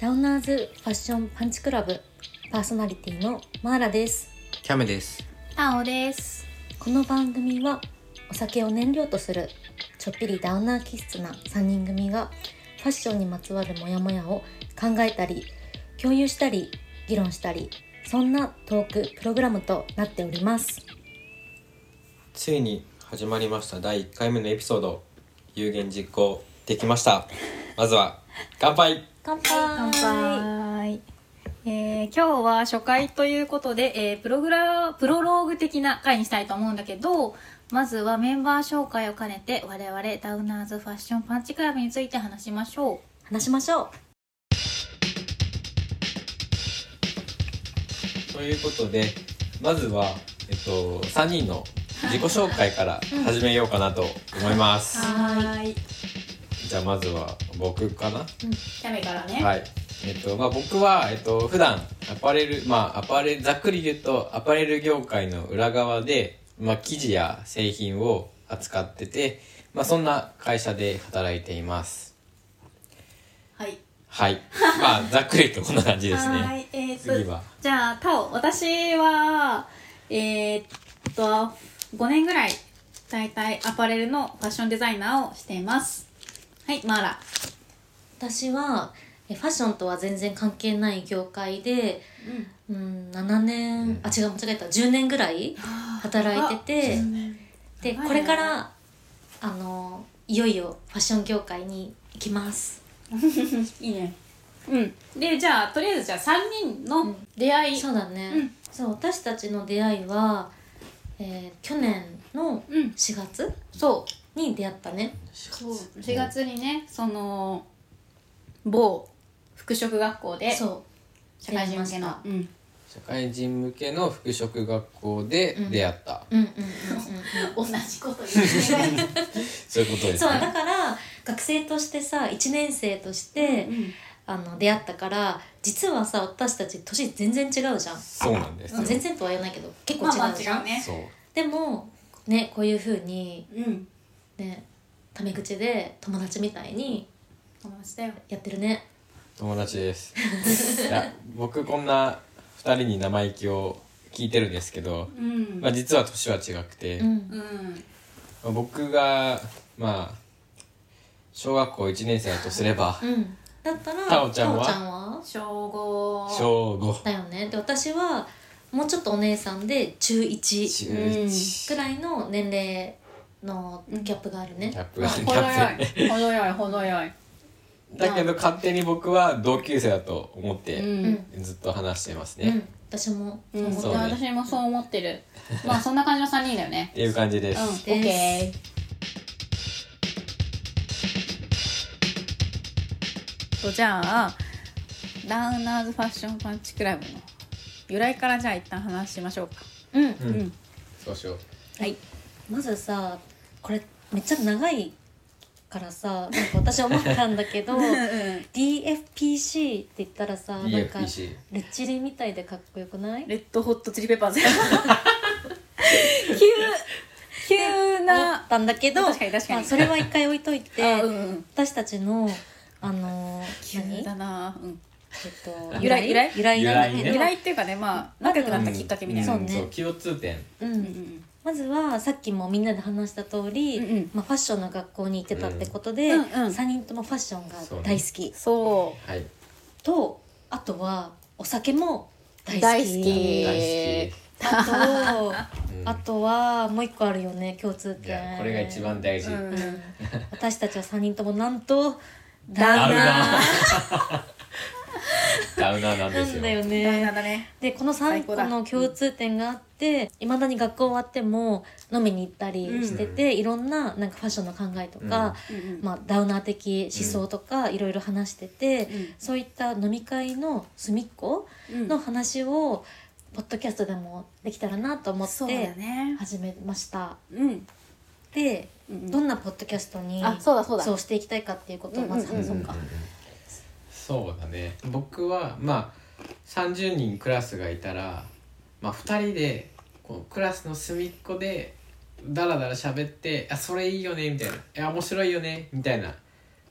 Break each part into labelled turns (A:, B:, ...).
A: ラウナーズファッションパンチクラブパーソナリティのマーラです
B: キャメです。
C: あおです。
A: この番組はお酒を燃料とするちょっぴりダウナー気質な3人組がファッションにまつわるモヤモヤを考えたり共有したり議論したりそんなトークプログラムとなっております
B: ついに始まりました第1回目のエピソード有言実行できました。まずは乾杯。
A: 乾杯
C: 乾杯。えー、今日は初回ということで、えー、プログラプロローグ的な回にしたいと思うんだけどまずはメンバー紹介を兼ねて我々ダウナーズファッションパンチクラブについて話しましょう
A: 話しましょう
B: ということでまずはえっと3人の自己紹介から始めようかなと思います。
A: は
C: ーい
B: じゃあまずは僕かな。
C: キャメからね
B: はい。えっとまあ、僕は、えっと普段アパレルまあアパレルざっくり言うとアパレル業界の裏側で、まあ、生地や製品を扱ってて、まあ、そんな会社で働いています
C: はい
B: はいまあざっくり言うとこんな感じです
C: は
B: ね
C: い、えーと
B: 次は
C: じゃあタオ私はえーっと5年ぐらい大体アパレルのファッションデザイナーをしていますはいマーラ
A: 私はえファッションとは全然関係ない業界で、うん、7年、
B: うん
A: あ違う間違えた10年ぐらい働いててで
C: 長いね
A: これからあのいよいよファッション業界に行きます
C: いいねうんでじゃあとりあえずじゃあ3人の出会い
A: そうだね、
C: うん
A: そう私たちの出会いは、えー去年の
C: うん
A: 4月
C: そう
A: に出会ったね
C: そう4月にねその某服飾学校で
A: そう
C: 社会人向け
A: 出会い
C: の
A: ま
C: うん
B: 社会人向けの服飾学校で出会った、
A: うんうんうん
C: 同じ こと言ってね
B: そういうこと
A: うん
B: です
A: そう
B: ね
A: だから学生としてさ1年生として、
C: うん
A: あの出会ったから実はさ私たち年全然違うじゃん、
B: そうなんですよ
A: 全然とは言わないけど結構
C: まあま
A: 違
C: あ
A: うじゃん、
C: 違うね
B: そう
A: でもねこういうふうに
C: うん
A: ねタメ口で友達みたいに
C: 友達だよ
A: やってるね
B: 友達ですいや僕こんな2人に生意気を聞いてるんですけど、
C: うん
B: まあ、実は年は違くて、
A: う
B: ま
A: ん
C: うん
B: あ僕がまあ小学校1年生だとすれば
A: うんだったら
B: タオちゃんは
A: タオは
C: 小五
B: 小5
A: だよねで私はもうちょっとお姉さんで中1
B: 中1
A: くらいの年齢のギャップがあるね
B: キャップがキ
C: 程よ
B: ャップ
C: い程よい程よい
B: だけど勝手に僕は同級生だと思っ
C: う
B: て
C: ん
B: ずっと話してますね、
A: う
B: っ
A: ん私もそう
C: うん
A: 思っ
B: そう
A: た
B: ね
C: 私もそう思ってるまあそんな感じの3人だよね
B: ていう感じです、
C: うん、オ
A: す
C: ッケー。とじゃ あダウナーズファッションパンチクラブの由来からじゃあ一旦話しましょうか。
A: うん
B: うん
C: うん
B: そうしよう
C: はい。
A: まずさこれめっちゃ長いからさなんか私思ったんだけ ど DFPC って言ったらさなんか
B: DFPC
A: レッチリみたいでかっこよくない
C: レッドホットチリペッパーズ。急急
A: 思
C: な
A: っ。たんだけど
C: 確かに確かに
A: まあ、それは一回置いといて、
C: あうんうん
A: 私たちのあの
C: 急
A: 何、えっ
C: だな。うん。
A: と、
C: 由来
A: 由来なんだけ
B: 由
A: ど
C: 由来っていうかねまあ仲良くなったきっかけみたいな。
A: そ
B: そう
A: ね
B: そう共通点
A: うん
C: うんうん
A: まずはさっきもみんなで話した通り、
C: うんうん
A: まあ、ファッションの学校に行ってたってことで、
C: うんうんうん
A: 3人ともファッションが大好き、
C: そ
B: はい
A: とあとはお酒も大好
C: う。
A: き
B: 大
C: 大好
B: 好き
C: き。
A: あと、
B: うん
A: あとはもう一個あるよね共通
B: じゃ
A: 点
B: あこれが一番大事、
C: うん
A: うん私たちは三人ともなんと
C: ダ
B: あ
C: ウ
B: る
C: ナ
B: なダウナーなん
A: な
B: です
A: ん
B: よ
A: だよ
C: ダウナ
A: ね
C: ーだね。
A: でこの
C: 最
A: 3個
C: 高だ
A: の共通点があっていまだに学校終わっても飲みに行ったりしてて、いろんななんかファッションの考えとか、
C: うんうん
A: まあ、ダウナー的思想とかいろいろ話してて、
C: うん
A: そういった飲み会の隅っこ
C: うん
A: の話をポッドキャストでもできたらなと思っ
C: そう
A: て
C: だね。
A: 始めました。
C: うん。
A: で、
C: うん
A: どんなポッドキャストに
C: あそうだそうだ
A: していきたいかっていうことをまず
C: うん
A: 話そうか。
B: そうだね僕はまあ30人クラスがいたら、まあ、2人でこうクラスの隅っこでダラダラ喋って「あそれいいよね」みたいな「いや面白いよね」みたいな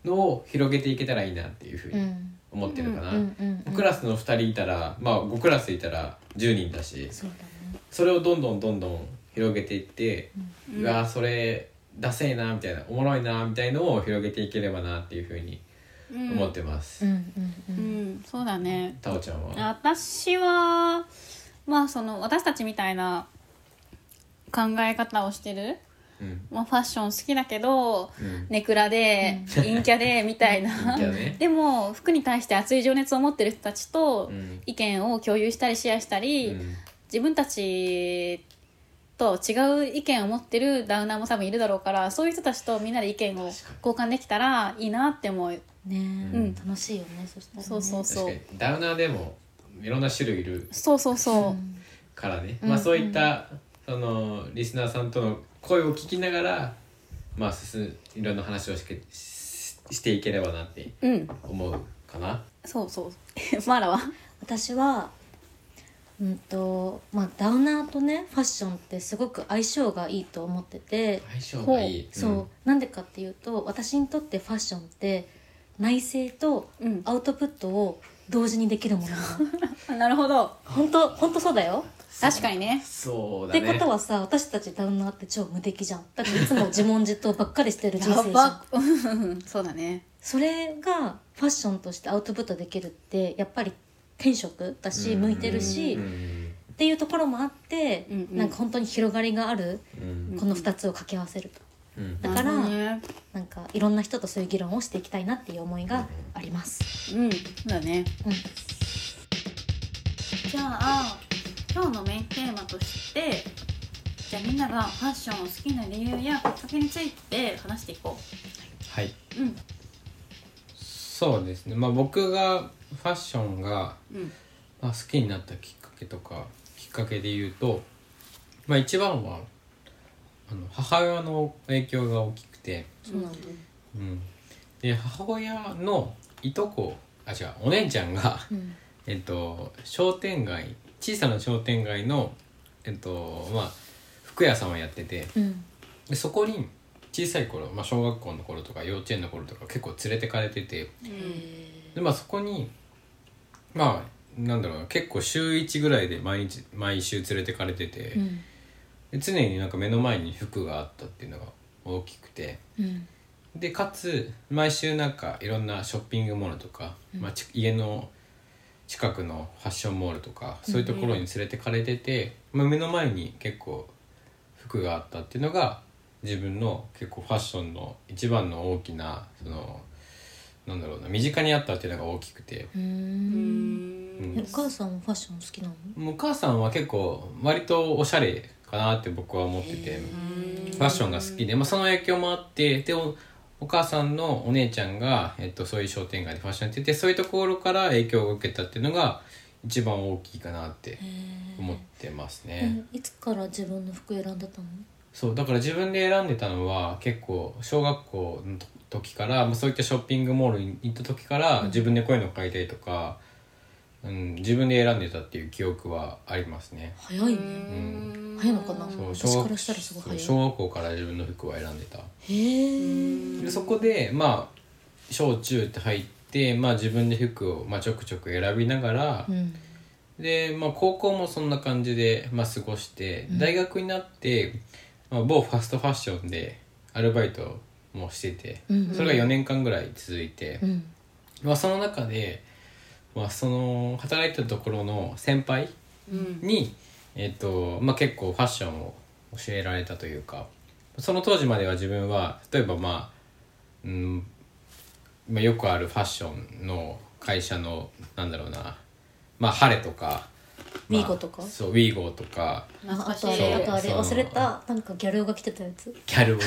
B: のを広げていけたらいいなっていうふう
A: う
B: に
A: ん
C: 思ってるかな、
A: うんうんうん
C: クラスの2人いたらまあ5クラスいたら10人だし
A: そうだね
C: それをどんどんどんどん広げていって、
D: う
C: うんわーそれダセえなみたいなおもろいなみたいのを広げていければなっていうふうに
D: うん
C: 思ってます、
A: うんうん
D: う
A: うん
D: んそうだね
C: タオちゃんは
D: 私はまあその私たちみたいな考え方をしてる、
C: うん
D: まあ、ファッション好きだけど
C: うん
D: ネクラで陰キャでみたいな
C: 陰キ ャね
D: でも服に対して熱い情熱を持ってる人たちと
C: うん
D: 意見を共有したりシェアしたり、
C: うん
D: 自分たちと違う意見を持ってるダウナーも多分いるだろうからそういう人たちとみんなで意見を交換できたらいいなって思う
A: ねえ、
D: うん
A: 楽しいよねそしたらね
D: そうそう
C: 確
D: そう
C: かにダウナーでもいろんな種類いる
D: そうそうそう、
A: ん
C: からね、
A: うん
C: まあそういったそのリスナーさんとの声を聞きながらまあ進むいろんな話をしけししていければなって
D: うん
C: 思うかな。
D: そうそう マーラは
A: 私はうんとまあダウナーとねファッションってすごく相性がいいと思ってて、
C: 相性がいい。ん
A: そうなんでかっていうと私にとってファッションって内省と
D: うん
A: アウトプットを同時にできるものなの
D: あなるほど
A: 本当本当そうだよ
D: 確かにね
C: そう
A: っ
C: だね。
A: てことはさ私たちダウナーって超無敵じゃんだっていつも自問自答ばっかりしてる人
D: や
A: 生じゃん
D: ばうんそうだね
A: それがファッションとしてアウトプットできるってやっぱり天職だし
C: うん
A: 向いてるし、
C: う
A: っ
C: ん
A: ていうところもあって、
D: うんうん
A: なんか本当に広がりがある
C: うん
A: この2つを掛け合わせると
C: うん
A: だから
D: なるほどね
A: なんかいろんな人とそういう議論をしていきたいなっていう思いがあります。
D: うんそうだね
A: うん
D: じゃあ今日のメインテーマとしてじゃあみんながファッションを好きな理由やきっかけについて話していこ
B: はい、
D: ううん
B: そうですね、まあ、僕がファッションが、
D: うん
B: まあ、好きになったきっかけとかきっかけで言うと、まあ、一番はあの母親の影響が大きくて、
A: そうなんだ
B: うん、で母親のいとこあ違うお姉ちゃんが、
A: うん
B: えっと、商店街小さな商店街の、えっとまあ、服屋さんをやってて。
A: うん
B: でそこに小さい頃、まあ、小学校の頃とか幼稚園の頃とか結構連れてかれててで、まあ、そこにまあなんだろうな結構週1ぐらいで毎日毎週連れてかれてて、
A: うん
B: で常になんか目の前に服があったっていうのが大きくて
A: うん
B: でかつ毎週なんかいろんなショッピングモールとか、まあ、ち家の近くのファッションモールとかそういうところに連れてかれてて、まあ、目の前に結構服があったっていうのが自分の結構ファッションの一番の大きなそのなんだろうな身近にあったっていうのが大きくて、
A: う
D: うんん
A: えお母さんもファッション好きなの
B: もうお母さんは結構割とおしゃれかなって僕は思ってて。ファッションが好きで、まあ、その影響もあってでおお母さんのお姉ちゃんが、えっと、そういう商店街でファッションやっててそういうところから影響を受けたっていうのが一番大きいかなって思ってますね、
A: えいつから自分の服選んでたの
B: そうだから自分で選んでたのは結構小学校の時から、まあ、そういったショッピングモールに行った時から自分でこういうの買いたいとか、うん、自分で選んでたっていう記憶はありますね
A: 早いね早いのかな
B: そう
A: 私
B: 小
A: から
B: 学
A: したらすごい
B: そう
A: 早い
B: 小学校から自分の服は選んでた
A: へえ
B: でそこでまあ小中って入って、まあ、自分で服を、まあ、ちょくちょく選びながら
A: う、ん
B: で、まあ、高校もそんな感じで、まあ、過ごして大学になって、まあ、某ファストファッションでアルバイトもしてて、
A: うん
B: それが4年間ぐらい続いて、
A: うん
B: まあ、その中で、まあ、その働いてたところの先輩
D: うん
B: に、えっとまあ、結構ファッションを教えられたというかその当時までは自分は例えば、まあうんまあ、よくあるファッションの会社のなんだろうな、まあ、晴れとか、まあ
A: ウィーゴとか
B: そうウィーゴとか
A: あ
D: 懐
A: あ
D: かしい
A: とあれあとあれ
B: そう
A: 忘れたなんかギャル男が着てたやつ
B: ギャルを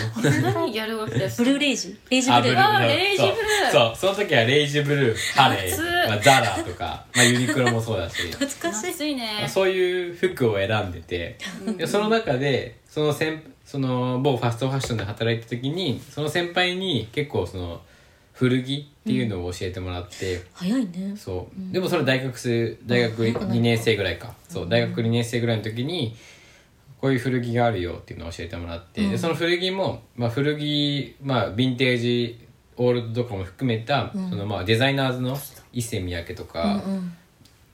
D: 何やるわけです
A: ブルーレイジレイジブルー
D: あーレイジブルー
B: そうそうその時はレイジブルー晴れ
D: 夏、
B: まあ、ザラとか、まあ、ユニクロもそうだし
A: 懐かしい
D: 暑いね
B: そういう服を選んでて、でその中でその先その某ファストファッションで働いた時にその先輩に結構その古着っていうのを教えてもらって、
A: 早いね
B: そうでもそれ大学生大学2年生ぐらいか、そう大学2年生ぐらいの時にこういう古着があるよっていうのを教えてもらって、でその古着も、まあ、古着、まあ、ヴィンテージオールドとかも含めた、そのまあデザイナーズの伊勢三宅と
A: うん
B: か、
A: うん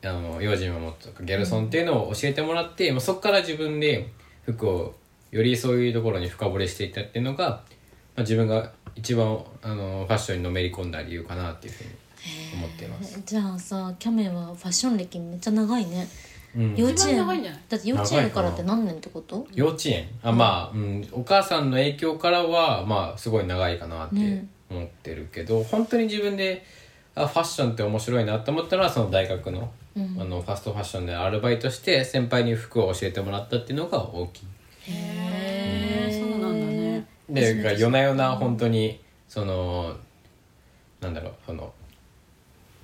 B: あの用心守とかギャルソンっていうのを教えてもらって、まあ、そこから自分で服をよりそういうところに深掘りしていったっていうのが、まあ、自分が一番あのファッションにのめり込んだ理由かなっていうふうに思っています。
A: じゃあさキャメはファッション歴めっちゃ長いね、
B: うん
A: 幼稚園
D: 一番長いんじゃない
A: だって幼稚園からって何年ってこと
B: 幼稚園あまあ、うん、お母さんの影響からはまあすごい長いかなって
A: うん
B: 思ってるけど、本当に自分であファッションって面白いなと思ったのはその大学の,、
A: うん
B: あのファストファッションでアルバイトして先輩に服を教えてもらったっていうのが大きい。
D: へえそうなんだね
B: でが夜な夜な本当にそのなんだろうその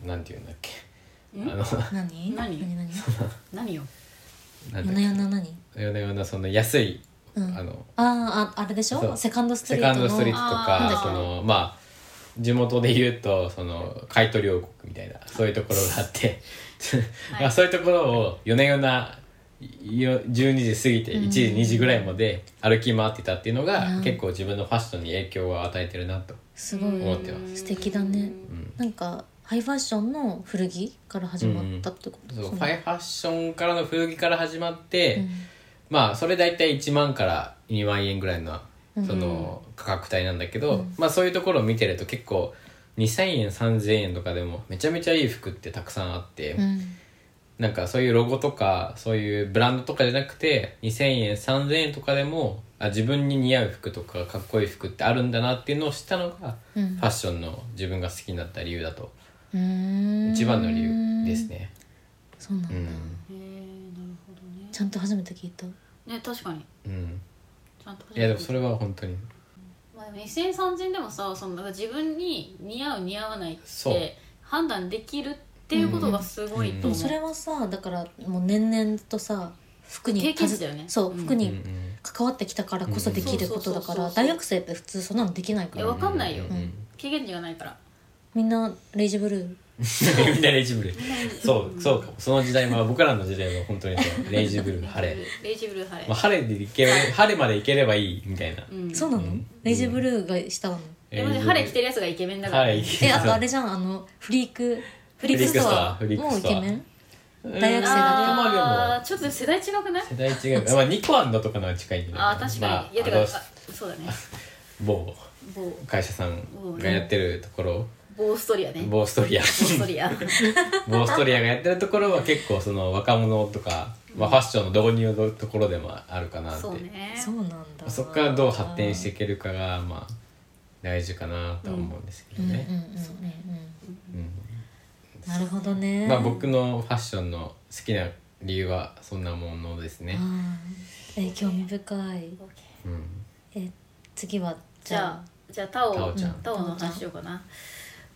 B: なんていうんだっけあ
D: ん
B: の
A: 何
D: 何
A: 何何
D: 何よ
B: なんだ
A: 夜な
B: っ
A: 夜
B: け
A: な何
B: 夜な夜なその安い、
A: うん
B: あの
A: あーああれでし
B: そ
A: ょ
B: う
A: セカンドスト
B: セ
A: リー
B: カ
A: ト
B: ンド
A: の
B: ストリートと
D: あ
B: かそ
D: ー
B: のまあ地元で言うとその買い取り王国みたいなそういうところがあって まあそういうところを夜な夜なよ12時過ぎて1時2時ぐらいまで歩き回ってたっていうのが、
A: うん
B: 結構自分のファッションに影響を与えてるなと
A: すごい
B: 思ってます。
A: 素敵だねなんかハイファッションの古着から始まったってこと
B: そう
A: そ
B: フ
A: の
B: ァイファッションからの古着から始まって、
A: うん
B: まあそれ大体1万から2万円ぐらいのその価格帯なんだけど、まあそういうところを見てると結構2,000円3,000円とかでもめちゃめちゃいい服ってたくさんあって、
A: うん
B: なんかそういうロゴとかそういうブランドとかじゃなくて2,000円3,000円とかでもあ自分に似合う服とかかっこいい服ってあるんだなっていうのを知ったのが、
A: うん
B: ファッションの自分が好きになった理由だと
A: うーん
B: 一番の理由ですね。
A: そうなんだ
B: うん
D: へえなるほどね
A: ちゃんと初めて聞いた
D: ね確かに
B: うん
D: ちゃんと
B: いやでもそれは本当に
D: まあ、でも2 0 0 0 3 0でもさそのなんか自分に似合う似合わないっ
B: そう
D: て判断できるっていうことがすごいと
A: で
D: 思う、
A: もそれはさだからもう年々とさ服に
D: 経験値だよね
A: そう
D: うん
A: 服
B: うん
A: に関わってきたからこそできることだから
D: うんそうそうそうそう
A: 大学生って普通そんなのできないか
D: いや
A: ら
D: わかんないよ
B: うんうん
D: 経験値がないから
A: みんなレイジブルー
B: みんなレイジブルそうそうかもその時代は僕らの時代は本当にそうレイジブル晴れ、
D: レイジブルー晴れ、
B: まあ、晴れでいけ晴れまでいければいいみたいな
D: うん、
A: そうなの
B: うん
A: レイジブルーが下なの
D: でもね晴れ着てるやつがイケメンだから、
B: 晴れ
A: えあとあれじゃんあのフリークフ
B: リ
A: リ
B: ー
A: ー
B: ク
A: ク
B: ス
A: ス
B: ト
A: ト
B: ア
A: ア
B: フリーク
A: もう
B: ス
A: イ
B: トア
A: ケメン
B: 大
A: 大学生だ
B: まあで
D: あ
B: も
D: あちょっと世代違くない
B: 世代違う、まあ、2個あんのとかのは近いんだけど
D: ああ確かに、
B: まあ、
D: いやて
B: あ
D: か
B: の
D: あそうだね
B: 某
D: 某
B: 会社さんがやってるところ
D: ボーストリアねボー
B: ボーストリア
D: ストリ ア
B: ボーストリアがやってるところは結構その若者とか、まあ、ファッションの導入のところでもあるかなって
D: そうね
A: そうなんだ
B: そこからどう発展していけるかがまあ大事かなとは思うんですけど
A: うんうんうん
B: ね、
A: うんなるほどね
B: まあ僕のファッションの好きな理由はそんなものですね、
A: あーえ興味深い
D: OK
B: うん、
A: え次は
D: じゃあじゃあタオ
B: タオちゃん
D: タオの話しようかな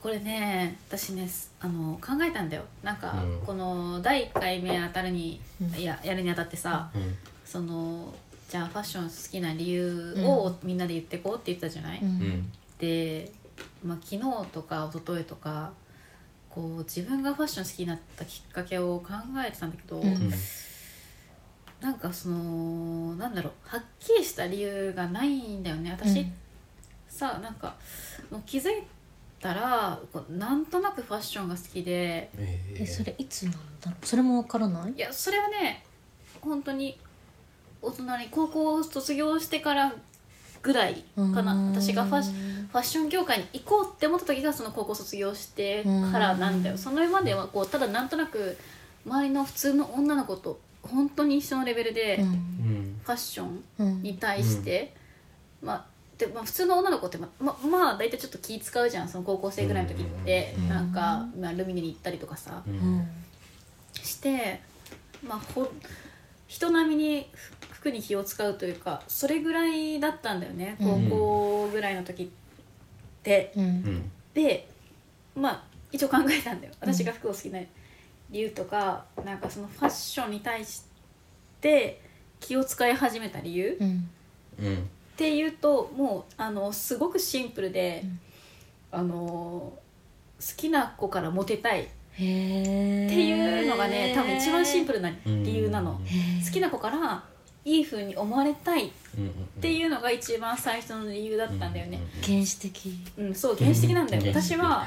D: これね私ねすあの考えたんだよなんか、
B: うん
D: この第1回目当たるに、
A: うん
D: いややるにあたってさ
B: うん
D: そのじゃあファッション好きな理由をみんなで言ってこうって言ってたじゃない、
A: うん
B: うん
D: で、まあ、昨日とか一昨日とかこう自分がファッション好きになったきっかけを考えてたんだけど、
A: うん
B: うん
D: なんかそのなんだろうはっきりした理由がないんだよね私、
A: うん
D: さなんかもう気づいたらこうなんとなくファッションが好きで
B: えー
A: えそれいつなんだろうそれもわからない
D: いやそれはね本当に大人に高校を卒業してからぐらいかな私がファッシ
A: ン
D: ファッション業界に行こうって思った時がその高校卒業してからなんだよ
A: うん
D: その前まではこうただなんとなく周りの普通の女の子と本当に一緒のレベルで、フ
B: うん
D: ァッション
A: うん
D: に対して、まあでまあ、普通の女の子ってまままあ大体ちょっと気使うじゃんその高校生ぐらいの時って、
B: うん
D: なんか、まあ、ルミネに行ったりとかさ
B: う
A: うんん
D: して、まあ、ほ人並みに服服に気を使うというかそれぐらいだったんだよね高校ぐらいの時って。
A: う
B: うんん
D: でまあ一応考えたんだよ私が服を好きな理由とか、なんかそのファッションに対して気を使い始めた理由、
A: うん
B: うん
D: っていうともうあのすごくシンプルで、
A: うん
D: あの好きな子からモテたいっ
A: へえ
D: ていうのがね、多分一番シンプルな理由なの、好き
A: な
D: な子からいい風に思われたいっ
B: うんうん
D: ていうのが一番最初の理由だ
B: う
D: ったんだよね、
A: 原始的
D: うんそう原始的なんだよ、
B: うん
D: 私は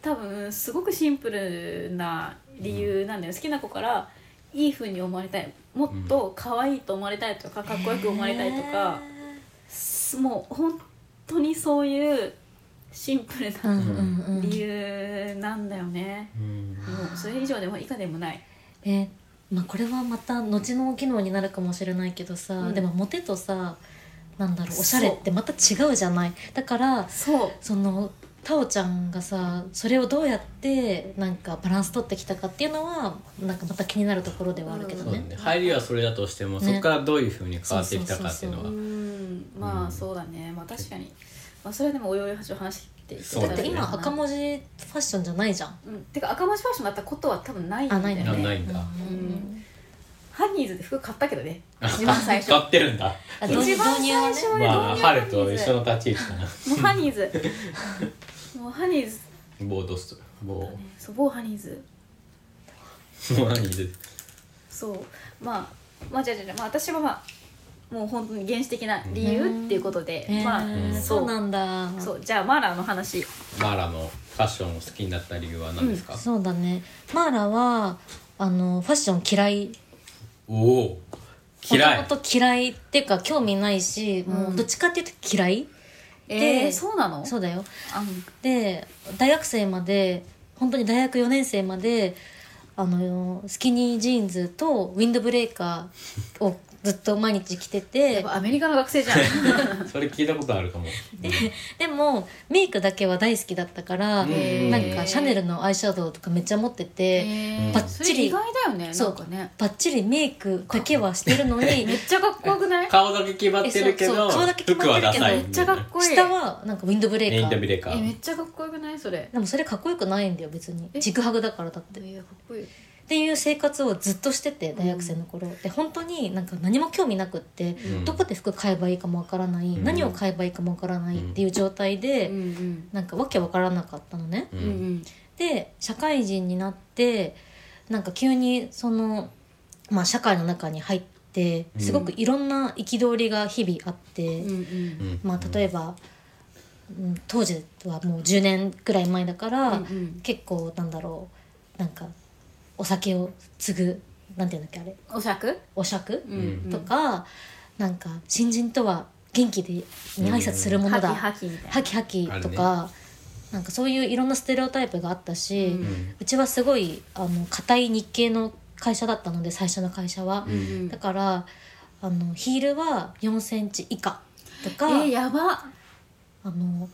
D: 多分すごくシンプルな理由なんだよ好きな子からいい風に思われたいもっと可愛いと思われたいとかかっこよく思われたいとか、すもう本当にそういうシンプル
A: うんう
D: なん
A: うん
D: 理由なんだよね、
B: うん
D: もうそれ以上でも以下でもない
A: えまあ、これはまた後の機能になるかもしれないけどさ、
D: うん
A: でもモテとさなんだろう
D: そう
A: おしゃれってまた違うじゃないだから
D: そう
A: そのタオちゃんがさそれをどうやってなんかバランス取ってきたかっていうのはなんかまた気になるところではあるけど
C: そうだ
A: ね。
C: ね入りはそれだとしても、
A: ね
C: そこからどういうふうに変わってきたかっていうの
D: う
C: は
D: んま
C: う
D: あ
C: ん
D: そうだねまあ確かに、まあ、それはでもおいおい話を話してい
C: そう
A: だって今赤文字ファッションじゃないじゃん。
D: うん、てか赤文字ファッションだったことは多分ないんだよね
A: あ
C: なないんだ、
D: んハニーズで服買ったけどね一番最初
C: 買ってるんだ
A: あ導入
D: 一番
A: 導入は
D: 最
A: ね
D: 初。はね
C: まあ
D: 導入ハニ
C: 春
D: ーズ
C: と一緒の立ち位置かな
D: もうハニーズもうハニーズ
C: 棒どうする棒
D: そう某ハニーズ
C: もう 何で
D: そうまあまあじゃあじゃあじゃあまあ私はまあもう本当に原始的な理由っていうことで、
A: えー
D: まあ、
A: そ
D: そうう
A: なんだ。
D: そうじゃあマーラーの話
B: マーラのファッションを好きになった理由は何ですか、
A: そうだね。マーラはあのファッション嫌い
C: おお嫌い
A: もともと嫌いっていうか興味ないし、もうどっちかっていうと嫌い
D: え
A: で
D: ー、そうなの
A: そうだよ
D: あ
A: で大学生まで本当に大学4年生まであのスキニージーンズとウィンドブレーカーをずっと毎日着て
D: やってぱアメリカの学生じゃん
B: それ聞いたことあるかも、
A: でもメイクだけは大好きだったから、
D: へー
A: なんかシャネルのアイシャドウとかめっちゃ持ってて、
D: えー
A: バッチリ
D: それ意外だよね
A: そ
D: な
A: うん
D: かね
A: バッチリメイクだけはしてるのに
D: めっち ゃかっこよくない
C: 顔だけ決まってるけ
A: えそう
C: ど
A: そう顔だけ決ま
C: 服
A: ってる
C: はダ
A: けど
C: サい
D: めっちゃかっこいい
A: 下はなんかウィンドブレ
C: メ
A: ー
C: イ
A: カ
C: ンダビ
A: ー
C: レカ
D: えめっ
C: ー
D: ちゃかっこよくないそれ
A: でもそれかっこよくないんだよ別に
D: え
A: ジグハグだからだって
D: いやかっこいい
A: っていう生活をずっとしてて大学生の頃、で本当になんか何も興味なくって、
B: ん
A: どこで服買えばいいかもわからない、
B: ん
A: 何を買えばいいかもわからないっていう状態で、
D: ん
A: なんかわけわからなかったのね。
B: う
D: うんんうん
A: で社会人になってなんか急にその、まあ、社会の中に入ってすごくいろんな憤りが日々あって、
D: うんうん
A: まあ、例えば、うん、当時はもう10年くらい前だから、
D: うんうん
A: 結構なんだろうなんかお酒を継ぐなんていうんだっけあれ
D: お酌
A: お酌、
D: うん
A: とかなんか新人とは元気でに挨拶するもの
D: ハキ
A: だ、
D: ハキみたいな
A: ハキハキとか、なんかそういういろんなステレオタイプがあったし、う
D: うん
A: ちはすごいあの固い日系の会社だったので最初の会社は、
D: うん
A: だからあのヒールは4センチ以下と
D: え
A: か、
D: ーやば
A: あの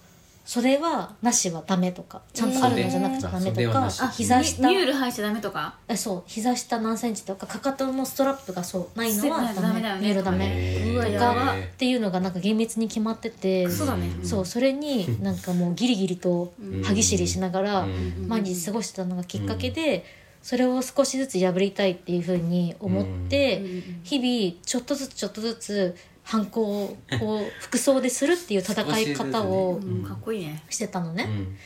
A: それはなしはダメとかちゃんとあるのじゃなくてダメ
B: えー
A: とか、
B: あ
A: 膝下
D: ニュール入っちゃダメとか
A: えそう膝下何センチとかかかとのストラップがそうないのはダメ
D: ダメだよね
A: ニュールダメ
B: へー
D: うわ
A: と
D: や
A: か
D: ば
A: っていうのがなんか厳密に決まってて、
D: そうだね
A: そうそれになんかもうギリギリと歯ぎしりしながら
B: ん
A: 毎日過ごしてたのがきっかけでそれを少しずつ破りたいっていうふうに思って
D: うんうんうん
A: 日々ちょっとずつちょっとずつ反 抗を服装でするっていう戦い方を
D: うんかっこいいね
A: してたのね。
B: うん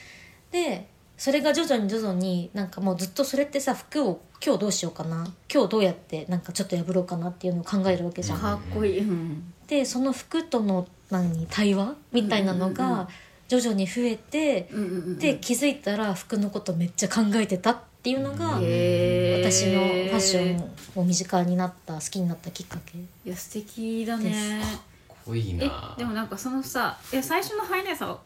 A: でそれが徐々に徐々になんかもうずっとそれってさ服を今日どうしようかな今日どうやってなんかちょっと破ろうかなっていうのを考えるわけじゃん。
D: かっこいいうん
A: でその服との何対話みたいなの
D: うんうんうん
A: が徐々に増えて、
D: うんうんうん
A: で気づいたら服のことめっちゃ考えてたっていうのが、
D: へー
A: 私のファッションを身近になった好きになったきっかけ。
D: いや素敵だね
B: 濃い
D: え
B: な
D: でもなんかそのさえ最初のハイネさ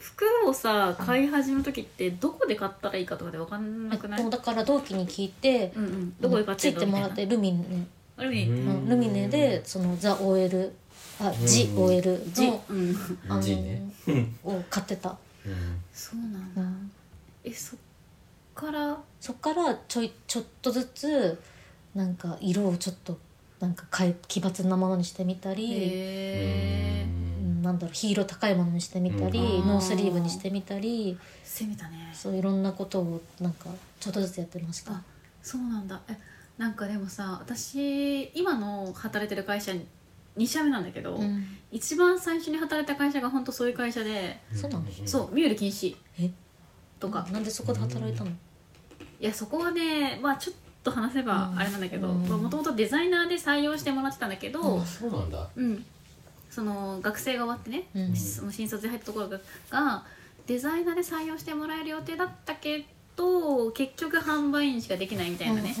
D: 服をさ買い始める時ってどこで買ったらいいかとかで分かんなくない
A: もうだから同期に聞いて、
D: うんうんどこで買っ
A: つ
D: て
A: いてもらってルミネ
D: ある意味
A: うんルミネでそのザ OL あジ OL
D: じ
A: の
D: うん
A: あの
B: ジね
A: を買ってた、
B: うん
D: そうなんだえそっから
A: そっからちょいちょっとずつなんか色をちょっとなんか変え奇抜なものにしてみたり、
D: へえ
A: うんなんだろうヒーロー高いものにしてみたり、
D: うん
A: ノースリーブにしてみたり
D: 攻めたね
A: そういろんなことをなんかちょっとずつやってました
D: あそうなんだえなんかでもさ私今の働いてる会社2社目なんだけど、
A: うん
D: 一番最初に働いた会社が本当そういう会社で、
A: そうなの
D: そうミュール禁止
A: え
D: とか、
A: なんでそこで働いたの、
D: いやそこはねまあちょっと話せばあれなんだけど
A: うん
D: もともとデザイナーで採用してもらってたんだけど
B: あ、そうなんだ
D: うんその学生が終わってね、
A: うん
D: その新卒で入ったところががデザイナーで採用してもらえる予定だったけど結局販売員しかできないみたいなね、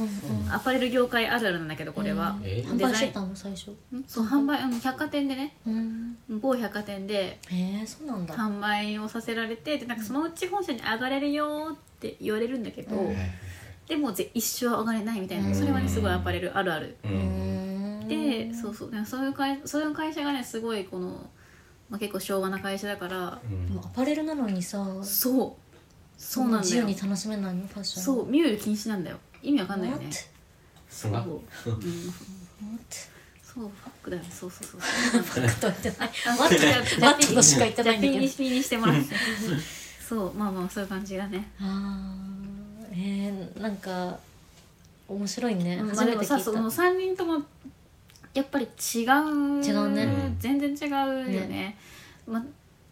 D: アパレル業界あるあるなんだけどこれは、
A: うん
C: え
A: 販売してたの最初
D: んそう販売あの百貨店でね
A: うん
D: 某百貨店で
A: へえそうなんだ
D: 販売をさせられてでなんかそのうち本社に上がれるよって言われるんだけど、
A: うん
D: でもぜ一生上がれないみたいな、
A: うん
D: それはねすごいアパレルあるある、
B: う
A: うー
B: ん
A: ん
D: でそうそうでそういう会そういう会社がねすごいこの、まあ、結構昭和な会社だから、
A: でもアパレルなのにさ
D: そうそうなん
A: 自由
D: だよ
A: に楽しめないのファッション
D: そうミュール禁止なんだよ意味わかんないよね
A: What?
D: そう、
B: あ
D: うん、
A: What?
D: そうファックだよねそうそうそうそ う
A: バカとは言ってない
D: あ
A: What?
D: じゃあじゃあ
A: What? としか言ってないんだ
D: ピー
A: け
D: に
A: ど
D: ピーにしてもらってそうまあまあそういう感じだね
A: あーえー、なんか面白いね
D: うんま
A: 初
D: あ
A: め
D: で
A: て
D: も
A: 聞
D: さ
A: いた
D: その3人ともやっぱり違う
A: 違うね
B: うん
D: 全然違うよね
A: ね
D: ま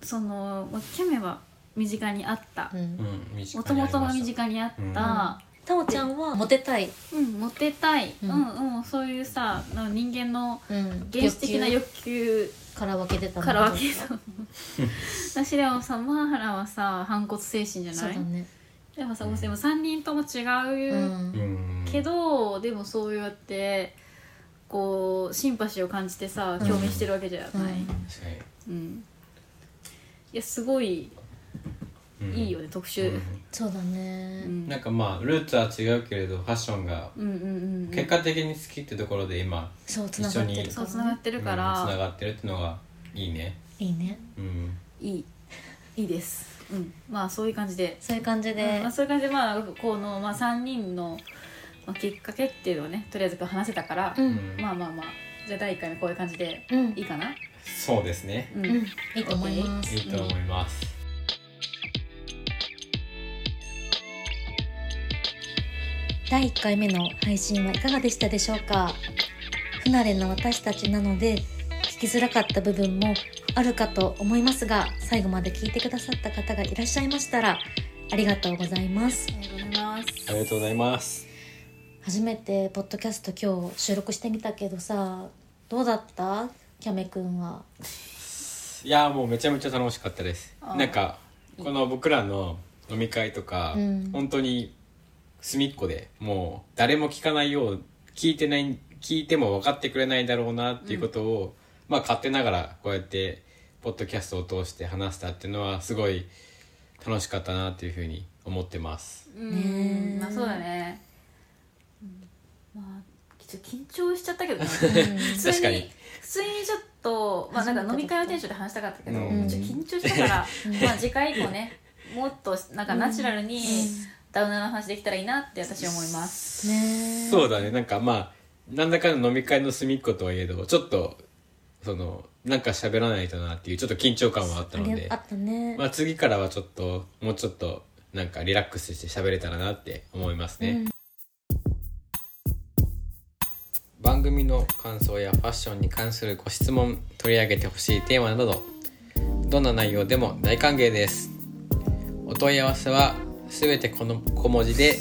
D: そのまキャメは身近にあった
A: うん
B: も
D: もともとが身近にあった、
A: タオちゃんはモテたい、
D: うんモテたい、
A: う
D: うんん、うんそういうさな人間の
A: うん、
D: 原始的な欲求
A: から分けてたんだ
D: か
A: けど
D: ら 分けたの私でもさマーハラはさ反骨精神じゃ
A: そう
D: な
A: だ
D: い、
A: ね
D: でもさでも3人とも違
A: う
D: う、
A: ん
D: けどでもそうやってこうシンパシーを感じてさ
A: うん
D: 共鳴してるわけじゃない、うんいやすごいいいよね、特集、
A: そうだね、
D: うん
B: なんかまあルーツは違うけれどファッションが
D: うんうんうんうん
B: 結果的に好きってところで今
A: そうつながって
B: 一緒
A: る
B: に
A: か
D: そう
A: ら、
D: つながってるから、
B: つながってるってのがいいね
A: いいね
B: うん
D: いいいいです、うん、まあそういう感じで、
A: そういう感じで、
D: うんまあ、そういう感じでまあこの、まあ、3人の、まあ、きっかけっていうのをねとりあえずこう話せたから、
A: うん
D: まあまあまあじゃあ第1回目こういう感じで
A: うん、
D: いいかな、
B: そうですね
D: うん
A: うんいいと思います、
B: いいと思います
A: 第1回目の配信はいかがでしたでしょうか不慣れな私たちなので聞きづらかった部分もあるかと思いますが最後まで聞いてくださった方がいらっしゃいましたらありがとうございます
D: ありがとうございます
B: ありがとうございます
A: 初めてポッドキャスト今日収録してみたけどさどうだったキャメくんはい
B: やーもうめちゃめちゃ楽しかったです
D: あー
B: なんかこの僕らの飲み会とか、
A: うん
B: 本当に隅っこでもう誰も聞かないよう聞いてない聞いても分かってくれないだろうなっていうことを、まあ勝手ながらこうやってポッドキャストを通して話したっていうのはすごい楽しかったなっていうふうに思ってます
D: う
A: ねえ
D: んまあそうだね、うんまあちょっと緊張しちゃったけ どね普通
B: 確かに
D: 普通にちょっと、まあ、なんか飲み会をテンションで話したかったけど、
B: うん
D: ちょっと緊張したから、まあ次回以降ねもっとなんかナチュラルにダウナーの話できたらいいなって私は思います、
A: ねえ
B: そうだねなんかまあなんだかの飲み会の隅っことはいえどちょっとそのなんか喋らないとなっていうちょっと緊張感はあった
A: あ
B: ので
A: りあったね、
B: まあ、次からはちょっともうちょっとなんかリラックスして喋れたらなって思いますね、番組の感想やファッションに関するご質問取り上げてほしいテーマなどどんな内容でも大歓迎ですお問い合わせはすべてこの小文字で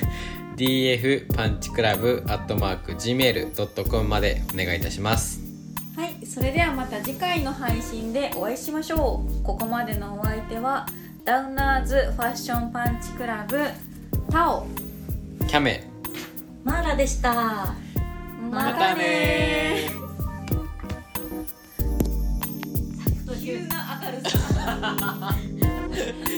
B: df パンチクラブアットマーク gmail.com までお願いいたします
D: はいそれではまた次回の配信でお会いしましょうここまでのお相手はダウナーズファッションパンチクラブタオ
B: キャメ
A: マーラでした
D: またねー急な明るさ